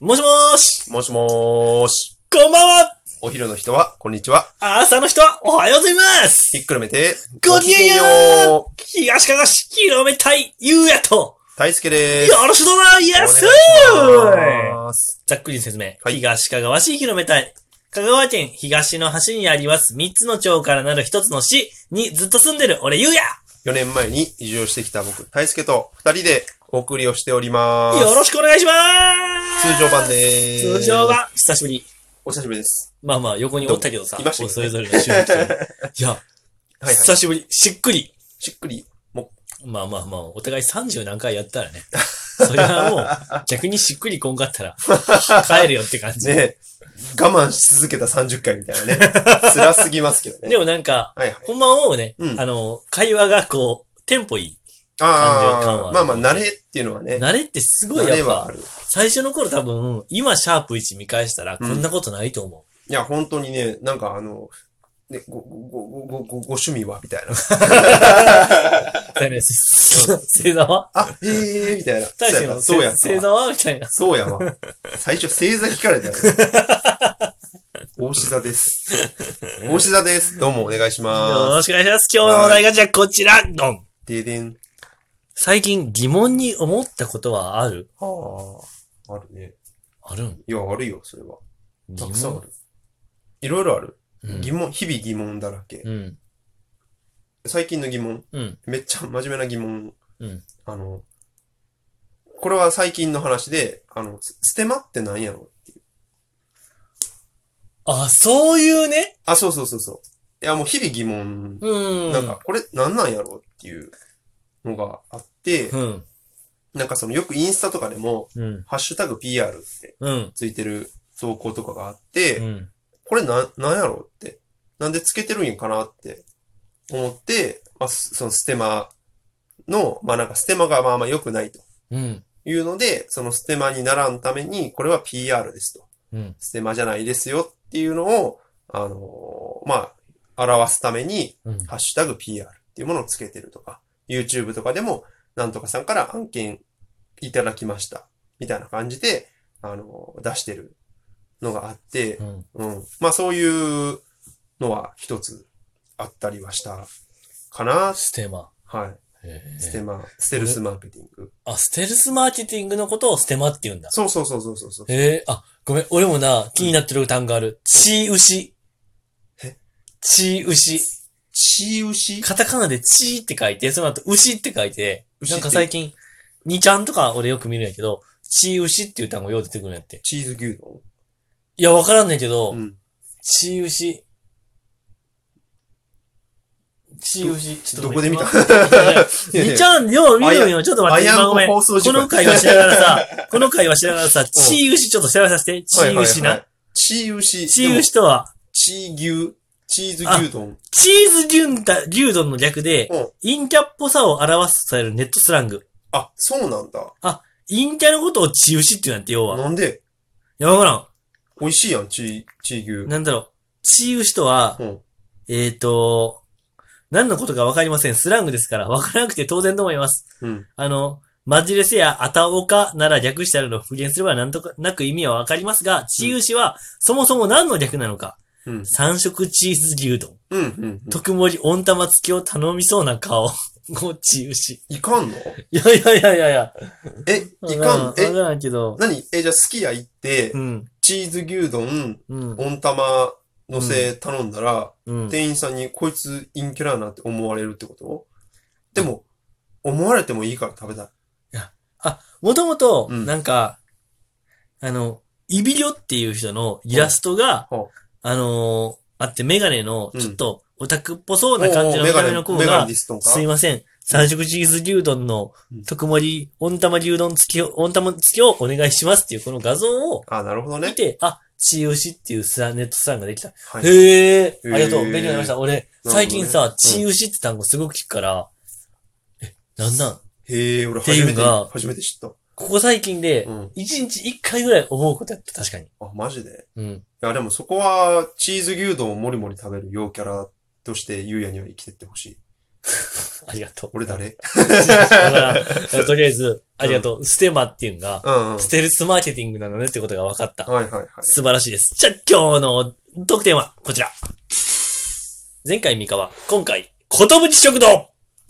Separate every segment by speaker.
Speaker 1: もしもーし
Speaker 2: もしもーし。
Speaker 1: こんばんは
Speaker 2: お昼の人は、こんにちは。
Speaker 1: 朝の人はおはようございます
Speaker 2: ひっくるめて、
Speaker 1: ごきげんよ
Speaker 2: う
Speaker 1: う東かがし広めたいゆうやと
Speaker 2: 大輔です。
Speaker 1: よろしくどうぞイエス
Speaker 2: お願いします
Speaker 1: ざっくり説明。
Speaker 2: はい
Speaker 1: 東かがわ市広めたい。香川県東の端にあります三つの町からなる一つの市にずっと住んでる俺ゆうや
Speaker 2: 4年前に移住してきた僕、大輔と2人でお送りをしております。
Speaker 1: よろしくお願いしまーす
Speaker 2: 通常版でーす。
Speaker 1: 通常。版久しぶり。
Speaker 2: お久しぶりです。
Speaker 1: まあまあ横におったけどさ、
Speaker 2: いましたけどね
Speaker 1: それぞれの収録 といや、
Speaker 2: はいはい。
Speaker 1: 久しぶり、しっくり。
Speaker 2: しっくり。も
Speaker 1: まあまあまあ、お互い30何回やったらね。それはもう、逆にしっくりこんかったら、帰るよって感
Speaker 2: う、
Speaker 1: じ。
Speaker 2: ね、我慢し続けた30回みたいなね。辛すぎますけどね。
Speaker 1: でもなんか、
Speaker 2: はいはい。
Speaker 1: ほんま思うね、
Speaker 2: うん
Speaker 1: あの、会話がこう、テンポいい。感情感
Speaker 2: あ
Speaker 1: は
Speaker 2: あ、まあまあ、慣れっていうのはね。
Speaker 1: 慣れってすごい
Speaker 2: 慣れ
Speaker 1: やっ
Speaker 2: はあ
Speaker 1: ぱ、
Speaker 2: る。
Speaker 1: 最初の頃多分、今シャープ1見返したら、こんなことないと思
Speaker 2: いや、本当にね、なんかあの、ね、ご、ご、ご、ご、ご、ご趣味はみたいな。
Speaker 1: う。だよね、 星座は
Speaker 2: あ、 ええー、みたいな。
Speaker 1: 大しての
Speaker 2: そうやった
Speaker 1: 星
Speaker 2: わ。
Speaker 1: 座はみたいな。
Speaker 2: そうやわ。最初、星座聞かれたよ。 大志座です。大志座です。どうもお願いし
Speaker 1: よ
Speaker 2: ま
Speaker 1: ろしくお願いします。今日のお題がじゃあこちら、ドン
Speaker 2: す。ででん。
Speaker 1: 最近疑問に思ったことはある
Speaker 2: はあ。あるね。
Speaker 1: あるん
Speaker 2: いや、あるよ、それは。たくさんあ
Speaker 1: 問
Speaker 2: る。いろいろある。
Speaker 1: うん
Speaker 2: 疑問、日々疑問だらけ。
Speaker 1: うん。
Speaker 2: 最近の疑問。
Speaker 1: うん。
Speaker 2: めっちゃ真面目な疑問。
Speaker 1: うん
Speaker 2: あの、これは最近の話で、あの、つステマって何やろっていう。
Speaker 1: あ、そういうね。
Speaker 2: あ、そうそうそうそう。いや、もう日々疑問。
Speaker 1: うん。
Speaker 2: なんか、これ何なんやろっていうのがあって、
Speaker 1: うん。
Speaker 2: なんかそのよくインスタとかでも、
Speaker 1: うん。
Speaker 2: ハッシュタグ PR って
Speaker 1: うん。
Speaker 2: ついてる投稿とかがあって、
Speaker 1: うん。
Speaker 2: これなん、なんやろって、なんでつけてるんやかなって思って、まあ、すそのステマの、まあなんかステマがまあまあ良くないと
Speaker 1: うん。
Speaker 2: いうので、そのステマにならんために、これは PR ですと。
Speaker 1: うん。
Speaker 2: ステマじゃないですよっていうのを、あのーまあ、表すために、
Speaker 1: うん。
Speaker 2: ハッシュタグ PR っていうものをつけてるとか、YouTube とかでも、なんとかさんから案件いただきました。みたいな感じで、あの、出してるのがあって、
Speaker 1: うん。
Speaker 2: うん。まあそういうのは一つあったりはしたかな。
Speaker 1: ステマ。
Speaker 2: はい。
Speaker 1: へ
Speaker 2: ス
Speaker 1: ー
Speaker 2: テマ、ステルスマーケティング。
Speaker 1: あ、ステルスマーケティングのことをステマって言うんだ。
Speaker 2: そうそうそうそうそうそう。
Speaker 1: へえ、あ、ごめん、俺もな、気になってる単語ある。チー牛。
Speaker 2: え
Speaker 1: チー牛。
Speaker 2: チー牛
Speaker 1: カタカナでチーって書いて、その後牛って書いて、
Speaker 2: 牛
Speaker 1: な
Speaker 2: って
Speaker 1: んか最近、2ちゃんとか俺よく見るんやけど、チー牛っていう単語よう出てくるんやって。
Speaker 2: チーズ牛丼
Speaker 1: いや、わからんねんけど、
Speaker 2: うん。
Speaker 1: チー牛。チー牛。ちょっと
Speaker 2: ど
Speaker 1: ご
Speaker 2: こ
Speaker 1: め
Speaker 2: で
Speaker 1: ん
Speaker 2: 見 た
Speaker 1: みちゃん、よう見るんよ。ちょっと待って、
Speaker 2: あや
Speaker 1: 今ごめん。
Speaker 2: あやん
Speaker 1: こ
Speaker 2: 放送事故
Speaker 1: の会話しながらさ、 この会話しながらさ、チー牛ちょっと調べさせて。チー牛
Speaker 2: はいはいは
Speaker 1: な。
Speaker 2: い。チー牛。
Speaker 1: チー牛とは、
Speaker 2: チー牛。チーズ牛丼。
Speaker 1: チーズ牛だ牛丼の略で
Speaker 2: うん、
Speaker 1: 陰キャっぽさを表すとされるネットスラング。
Speaker 2: あ、そうなんだ。
Speaker 1: 陰キャのことをチー牛って言うんやって、要は。い
Speaker 2: なんで
Speaker 1: や、わから
Speaker 2: 美味しいやん、チー、チー
Speaker 1: ん。
Speaker 2: 牛。
Speaker 1: なんだろう。チー牛とは、
Speaker 2: うん。
Speaker 1: えーと、何のことかわかりません。スラングですから、わからなくて当然と思います。
Speaker 2: うん。
Speaker 1: あの、マジレスやアタオカなら略してあるのを復元すればなんとかなく意味はわかりますが、チー牛はそもそも何の略なのか。
Speaker 2: うん。
Speaker 1: 三色チーズ牛丼。
Speaker 2: うん。うん。
Speaker 1: 特盛り温玉付きを頼みそうな顔。もうチー牛。
Speaker 2: いかんの
Speaker 1: いやいやいやいやいや。
Speaker 2: え、いかん
Speaker 1: わ、ら
Speaker 2: え
Speaker 1: わ、からんけど。
Speaker 2: 何え、じゃあ、すき家行って
Speaker 1: う、ん。
Speaker 2: チーズ牛丼、
Speaker 1: うん。
Speaker 2: 温玉乗せ頼んだら、
Speaker 1: うん。
Speaker 2: 店員さんに、こいつ陰キャラやなって思われるってことでも、思われてもいいから食べたい。
Speaker 1: もともと、
Speaker 2: うん
Speaker 1: なんか、あの、イビリョっていう人のイラストが
Speaker 2: ほうほう、
Speaker 1: あのーあってメガネの
Speaker 2: う、ん
Speaker 1: ちょっとオタクっぽそうな感じの見た目の子
Speaker 2: メガネ
Speaker 1: が
Speaker 2: ディ、ストンか。
Speaker 1: すいません。三色チーズ牛丼の
Speaker 2: うん
Speaker 1: 特盛り、温玉牛丼付きを、温玉付きをお願いしますっていうこの画像を
Speaker 2: あ、なるほど
Speaker 1: 見
Speaker 2: ね。
Speaker 1: て、あ、チー牛っていうスラネットスランができた。
Speaker 2: はい。
Speaker 1: へえ、あ
Speaker 2: ー
Speaker 1: りがとう。勉強になりました。俺、
Speaker 2: どね
Speaker 1: 最近
Speaker 2: う
Speaker 1: さ
Speaker 2: ん、
Speaker 1: チー牛って単語すごく聞くから、え、なんなん
Speaker 2: へえ、俺
Speaker 1: てい
Speaker 2: 初
Speaker 1: う
Speaker 2: め
Speaker 1: の
Speaker 2: て、
Speaker 1: が
Speaker 2: 初めて知った。
Speaker 1: ここ最近で
Speaker 2: う、ん。
Speaker 1: 一日一回ぐらい思うことやった、確かに。
Speaker 2: あ、マジで。
Speaker 1: うん。
Speaker 2: いや、でもそこは、チーズ牛丼をもりもり食べる陽キャラとして、ゆうやには生きてってほしい。
Speaker 1: ありが とう。
Speaker 2: 俺誰
Speaker 1: だから、とりあえず、ありがとう。ステマっていうのが、
Speaker 2: うんうん。
Speaker 1: ステルスマーケティングなのねってことが分かった。
Speaker 2: はいはいはい。
Speaker 1: 素晴らしいです。じゃあ今日の特典はこちら。前回三河、今回、ことぶち食堂よ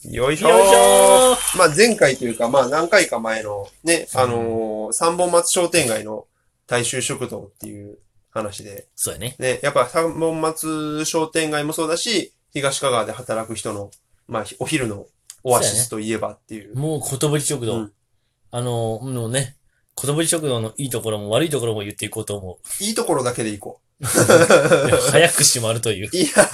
Speaker 2: よい
Speaker 1: い
Speaker 2: し
Speaker 1: し
Speaker 2: ょ
Speaker 1: ょ
Speaker 2: ー
Speaker 1: ー
Speaker 2: まあ前回というか、まあ何回か前のね、あのー三本松商店街の大衆食堂っていう話で、
Speaker 1: そうやね。
Speaker 2: ね、やっぱ三本松商店街もそうだし、東香川で働く人の、まあお昼のオアシスといえばっていう。
Speaker 1: もうことぶち食堂。
Speaker 2: うん
Speaker 1: あの、もうね、ことぶち食堂のいいところも悪いところも言っていこう と思
Speaker 2: いいところだけで行こ
Speaker 1: う。いや早く閉まるという。
Speaker 2: う。いや、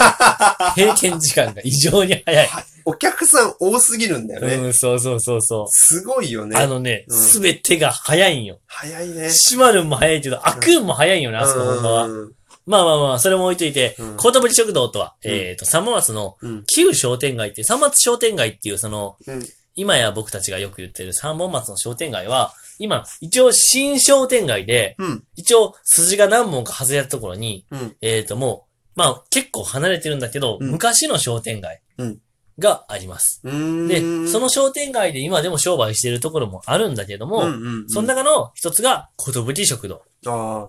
Speaker 1: 閉店時間が異常に早い。
Speaker 2: お客さん多すぎるんだよね。
Speaker 1: うん、そうそうそうそ
Speaker 2: すごいよ
Speaker 1: う。
Speaker 2: ね。
Speaker 1: あのね、
Speaker 2: うん
Speaker 1: すべてが早いんよ。
Speaker 2: 早いね。
Speaker 1: 閉まるんも早いけど、開くんも早いんよね、あそこほんまは。
Speaker 2: うん
Speaker 1: まあまあまあ、それも置いといて
Speaker 2: うん、
Speaker 1: ことぶち食堂とは、
Speaker 2: うん
Speaker 1: えっと、サマースの
Speaker 2: うん
Speaker 1: 旧商店街って、三松商店街っていうその、
Speaker 2: うん
Speaker 1: 今や僕たちがよく言ってる三本松の商店街は、今、一応新商店街で、
Speaker 2: うん
Speaker 1: 一応筋が何本か外れたところに、
Speaker 2: うん
Speaker 1: えっ、ともう、まあ結構離れてるんだけど、
Speaker 2: うん
Speaker 1: 昔の商店街
Speaker 2: うん
Speaker 1: があります。
Speaker 2: うーん。
Speaker 1: で、そ
Speaker 2: の、
Speaker 1: の商店街で今でも商売してるところもあるんだけども、
Speaker 2: うんうんうん、
Speaker 1: その中の一つが、ことぶき食堂。
Speaker 2: ああ。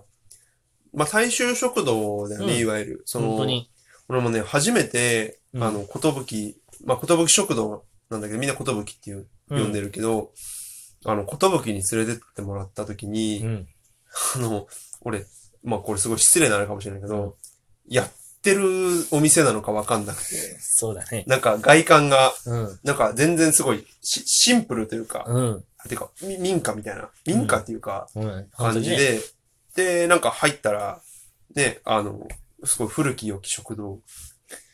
Speaker 2: まあ、大衆食堂だよね、
Speaker 1: うん
Speaker 2: いわゆる。そ
Speaker 1: 本当
Speaker 2: の、
Speaker 1: に。
Speaker 2: 俺もね、初めて、
Speaker 1: うん
Speaker 2: あの、ことぶき、まあ、ことぶき食堂なんだけど、みんなことぶきっていう、
Speaker 1: う
Speaker 2: 呼んでるけど、あの、ことぶきに連れてってもらった時
Speaker 1: う
Speaker 2: に、
Speaker 1: ん。
Speaker 2: あの、俺、まあ、これすごい失礼なあれかもしれない
Speaker 1: う
Speaker 2: け
Speaker 1: ん
Speaker 2: ど、やってるお店なのかわかんなくて、
Speaker 1: そうだね。
Speaker 2: なんか外観が、
Speaker 1: うん。
Speaker 2: なんか全然すごいしシンプルというか、
Speaker 1: うん。
Speaker 2: てか、み民家みたいな、民家っていうか、
Speaker 1: うん。本当
Speaker 2: 感
Speaker 1: に
Speaker 2: じ
Speaker 1: ね。
Speaker 2: で、で、なんか入ったら、ね、あの、すごい古き良き食堂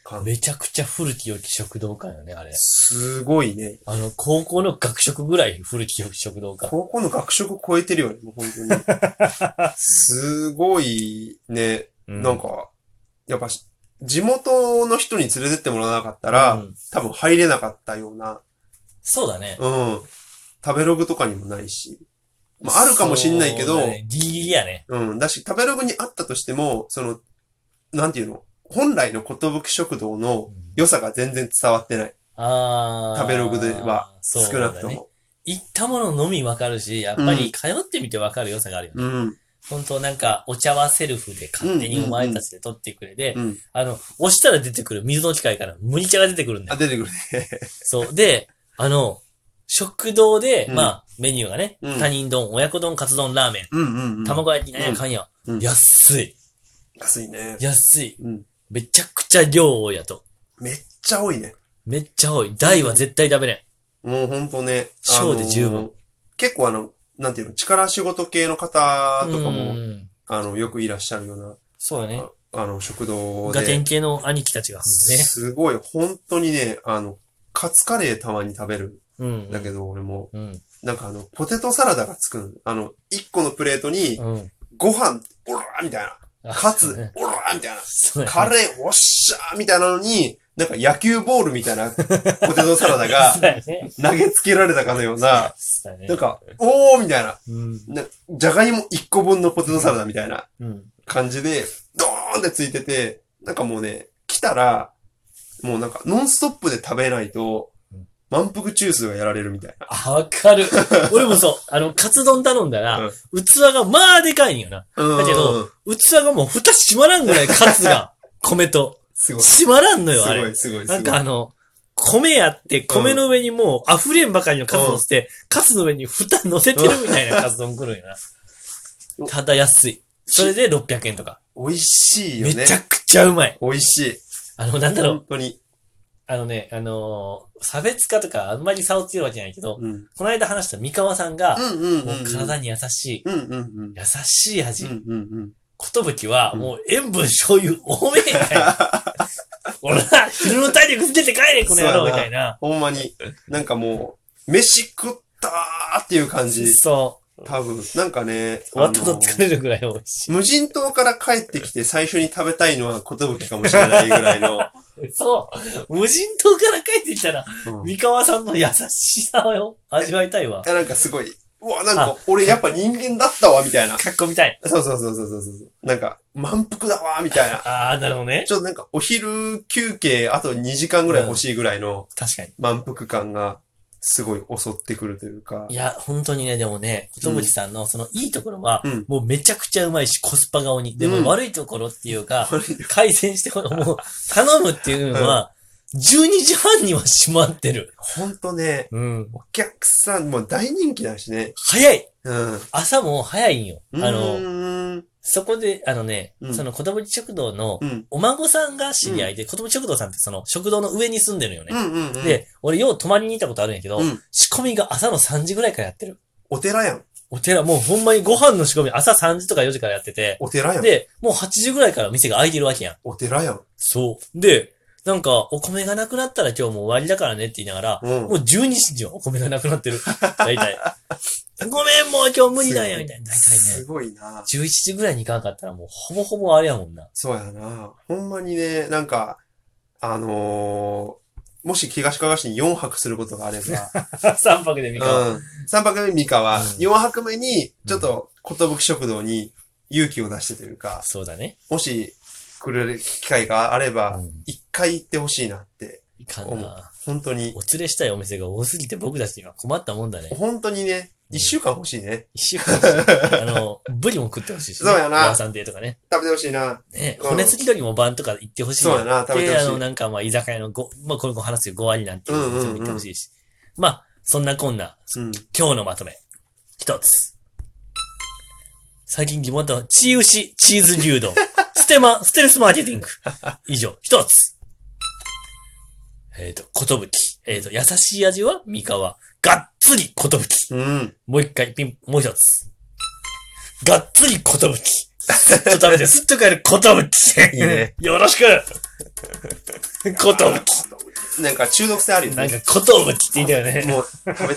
Speaker 2: 感。
Speaker 1: めちゃくちゃ古き良き食堂館よね、あれ。
Speaker 2: すごいね。
Speaker 1: あの、高校の学食ぐらい古き良き食堂館。
Speaker 2: 高校の学食超えてるよね、もう本当に。 すごいね、
Speaker 1: うん
Speaker 2: なんか、やっぱし、地元の人に連れてってもらわなかったら、
Speaker 1: うん
Speaker 2: 多分入れなかったような、
Speaker 1: そうだね。
Speaker 2: うん。食べログとかにもないし、まあ、あるかもしんないけど、
Speaker 1: そうだねギリギリやね。
Speaker 2: うん。だし、食べログにあったとしても、その、なんていうの本来のことぶき食堂の良さが全然伝わってない。
Speaker 1: あー
Speaker 2: 食べログでは
Speaker 1: そう
Speaker 2: 少なくと
Speaker 1: だね
Speaker 2: も。
Speaker 1: 行ったもののみわかるし、やっぱり通ってみてわかる良さがあるよね。
Speaker 2: うん。
Speaker 1: 本当なんか、お茶はセルフで勝手にお前たちで取ってくれで、
Speaker 2: うん。
Speaker 1: あの、押したら出てくる水の機械から麦茶が出てくるんだ
Speaker 2: あ、
Speaker 1: よ。
Speaker 2: 出てくるね。
Speaker 1: そう。で、あの、食堂で、
Speaker 2: うん
Speaker 1: まあ、メニューがね、
Speaker 2: うん
Speaker 1: 他人丼、親子丼、カツ丼、ラーメン、
Speaker 2: うんうんうん。
Speaker 1: 卵焼き、なんやかんや。
Speaker 2: うん
Speaker 1: 安い。
Speaker 2: 安いね。
Speaker 1: 安い。
Speaker 2: うん。
Speaker 1: めちゃくちゃ量多いやと。
Speaker 2: めっちゃ多いね。
Speaker 1: めっちゃ多い。大は絶対食べない。
Speaker 2: もうほんとね。
Speaker 1: 小で十
Speaker 2: あの
Speaker 1: 分
Speaker 2: ー。結構あの、なんていうの、力仕事系の方とか
Speaker 1: う
Speaker 2: も、
Speaker 1: ん
Speaker 2: あの、よくいらっしゃるよう
Speaker 1: そうだね。
Speaker 2: な、あの、食堂
Speaker 1: ガテン
Speaker 2: で。
Speaker 1: 系の兄貴たちが、も
Speaker 2: すごい、本当にね、あの、カツカレーたまに食べる
Speaker 1: うね。うん。
Speaker 2: んだけど、俺も、
Speaker 1: うん。
Speaker 2: なんかあの、ポテトサラダがつくのあの、一個のプレートに、
Speaker 1: うん。
Speaker 2: ご飯、おらーみたい
Speaker 1: あ
Speaker 2: な。カ
Speaker 1: そう
Speaker 2: ツ
Speaker 1: だね、
Speaker 2: おらーみたいな。
Speaker 1: そうだね
Speaker 2: カレー、おっしゃーみたいなのに、なんか野球ボールみたい なポテトサラダが
Speaker 1: そうだね。
Speaker 2: 投げつけられたかのような、
Speaker 1: そうだね
Speaker 2: なんか、おーみたいな。
Speaker 1: うん。
Speaker 2: なじゃがいも一個分のポテトサラダみたいな
Speaker 1: うん。
Speaker 2: 感じで、ドーンってついてて、なんかもうね、来たら、もうなんか、ノンストップで食べないと
Speaker 1: うん、
Speaker 2: 満腹中枢がやられるみたいな。
Speaker 1: あ、わかる。俺もそう。あの、カツ丼頼んだら、器がまあでかいんよな。
Speaker 2: だ
Speaker 1: だけど、器がもう蓋閉まらんぐらいカツ が、米と。
Speaker 2: すごい。す
Speaker 1: 閉まらんのよ、あ
Speaker 2: ご
Speaker 1: れ。
Speaker 2: い、すごい、すごい。
Speaker 1: なんかあの、米やって、米の上にもう溢れんばかりのカツ乗せて、カツの上に蓋乗せてるみたいなカツ丼来るんよ
Speaker 2: う
Speaker 1: な。
Speaker 2: ん
Speaker 1: ただ安い。それで600円とか。
Speaker 2: 美味しいよ
Speaker 1: め
Speaker 2: ね。
Speaker 1: ちゃくちゃうまい。
Speaker 2: 美味しい。
Speaker 1: あの、なんだろう、
Speaker 2: 本当に。
Speaker 1: あのね、あのー差別化とかあんまり差をつけるわけじゃないけど、
Speaker 2: うん。うん
Speaker 1: この間話した三河さんが、
Speaker 2: うん
Speaker 1: も
Speaker 2: うん。
Speaker 1: う体に優しい、
Speaker 2: うんうんうん。
Speaker 1: 優しい味
Speaker 2: うん。うんうん。
Speaker 1: ことぶきは、
Speaker 2: うん
Speaker 1: もう塩分醤油多めみたいな。俺は、昼の体力つけて帰れ、この野郎みたいな。
Speaker 2: ほんまに、なんかもう、飯食ったーっていう感じ。
Speaker 1: そ
Speaker 2: 多分、なんかね、
Speaker 1: う。終わったと疲
Speaker 2: あの
Speaker 1: れるぐらい美味し
Speaker 2: 無人島から帰ってきて最初に食べたいのはことぶきかもしれないぐら いの。
Speaker 1: い。そう。無人島から帰ってきたら、
Speaker 2: うんい
Speaker 1: 三河さんの優しさを味わいたいわ。
Speaker 2: や、なんかすごい、うわ、なんか、俺やっぱ人間だったわ、みたいな。
Speaker 1: かっこみたい。
Speaker 2: そうそうそうそうそうそう。なんか、満腹だわ、みたいな。
Speaker 1: ああ、なるほどね。
Speaker 2: ちょっとなんか、お昼休憩、あと2時間ぐらい欲しいぐらいの
Speaker 1: 確かに。
Speaker 2: 満腹感が、すごい襲ってくるというか
Speaker 1: い。や、本当にね、でもね、ことぶちさんのそのいいところは、
Speaker 2: うん
Speaker 1: もうめちゃくちゃうまいし、コスパが鬼。で
Speaker 2: うん
Speaker 1: も悪いところっていうか、
Speaker 2: 悪いよ
Speaker 1: 改善してもらうもう、頼むっていうのは、12時半には閉まってる。
Speaker 2: ほんとね、
Speaker 1: うん。
Speaker 2: お客さん、もう大人気だしね。
Speaker 1: 早い
Speaker 2: うん。
Speaker 1: 朝も早いんよ。あ
Speaker 2: う
Speaker 1: の、
Speaker 2: ーん
Speaker 1: そこで、あのね、
Speaker 2: うん
Speaker 1: その子供食堂の
Speaker 2: う、ん。
Speaker 1: お孫さんが知り合いで、子供食堂さんってその食堂の上に住んでるよね。
Speaker 2: うんうんうん。、
Speaker 1: で、俺よう泊まりに行ったことあるんやけど、
Speaker 2: うん
Speaker 1: 仕込みが朝の3時ぐらいからやってる。
Speaker 2: お寺やん。
Speaker 1: お寺、もうほんまにご飯の仕込み朝3時とか4時からやってて、
Speaker 2: お寺やん。
Speaker 1: で、もう8時ぐらいから店が開いてるわけやん。
Speaker 2: お寺やん。
Speaker 1: そう。で、なんか、お米がなくなったら今日もう終わりだからねって言いながら、
Speaker 2: うん
Speaker 1: もう12時はお米がなくなってる。大体。ごめん、もう今日無理なんや、みたいな。大体
Speaker 2: す
Speaker 1: ね。
Speaker 2: ごいな。
Speaker 1: 11時ぐらいに行かんかったらもうほぼほぼあれやもん な。
Speaker 2: そうやな。ほんまにね、なんか、あのーもし東かがしに4泊することがあれば、
Speaker 1: 3泊で3日。
Speaker 2: うん。3泊目三河、
Speaker 1: うん
Speaker 2: 4泊目に、ちょっと、ことぶき食堂に勇気を出してというか、
Speaker 1: そうだね。
Speaker 2: もし来る機会があれば
Speaker 1: うん、
Speaker 2: 一回行ってほしいなって、
Speaker 1: いかん
Speaker 2: 思う
Speaker 1: な。
Speaker 2: 本当に、
Speaker 1: お連れしたいお店が多すぎて僕たちには困ったもんだね。
Speaker 2: 本当にね、一週間欲しいね。
Speaker 1: 一週 間欲しい。あの、ブリも食ってほしいし、
Speaker 2: そうやな
Speaker 1: ワンサンデーとかね。
Speaker 2: 食べてほしいな。
Speaker 1: ね。
Speaker 2: うん
Speaker 1: 骨付き鳥も晩とか行ってほしいよ
Speaker 2: そうやな、食べて
Speaker 1: で、あ
Speaker 2: ほ
Speaker 1: の、
Speaker 2: しい。
Speaker 1: なんかまあ、居酒屋のご、まあ、これも話すよ、5割なんていうのも全部言ってほしいし。まあ、そんなこんな、
Speaker 2: うん。
Speaker 1: 今日のまとめ。一つ。最近疑問だったのは、チーウシ、チーズ牛 丼。ステマ、ステルスマーケティング。以上、一つ。えっ、と、ことぶき。えっ、と、優しい味は三河。がっつりことぶき。
Speaker 2: うん。
Speaker 1: もう一回、ピン、もう一つ。がっつりことぶき。すっと食べて、 すっと帰ることぶき。
Speaker 2: いい ね
Speaker 1: よろしくことぶき。
Speaker 2: なんか中毒性あるよ
Speaker 1: なん
Speaker 2: ね。
Speaker 1: か、ことぶきって言ったよね。
Speaker 2: もう、食べた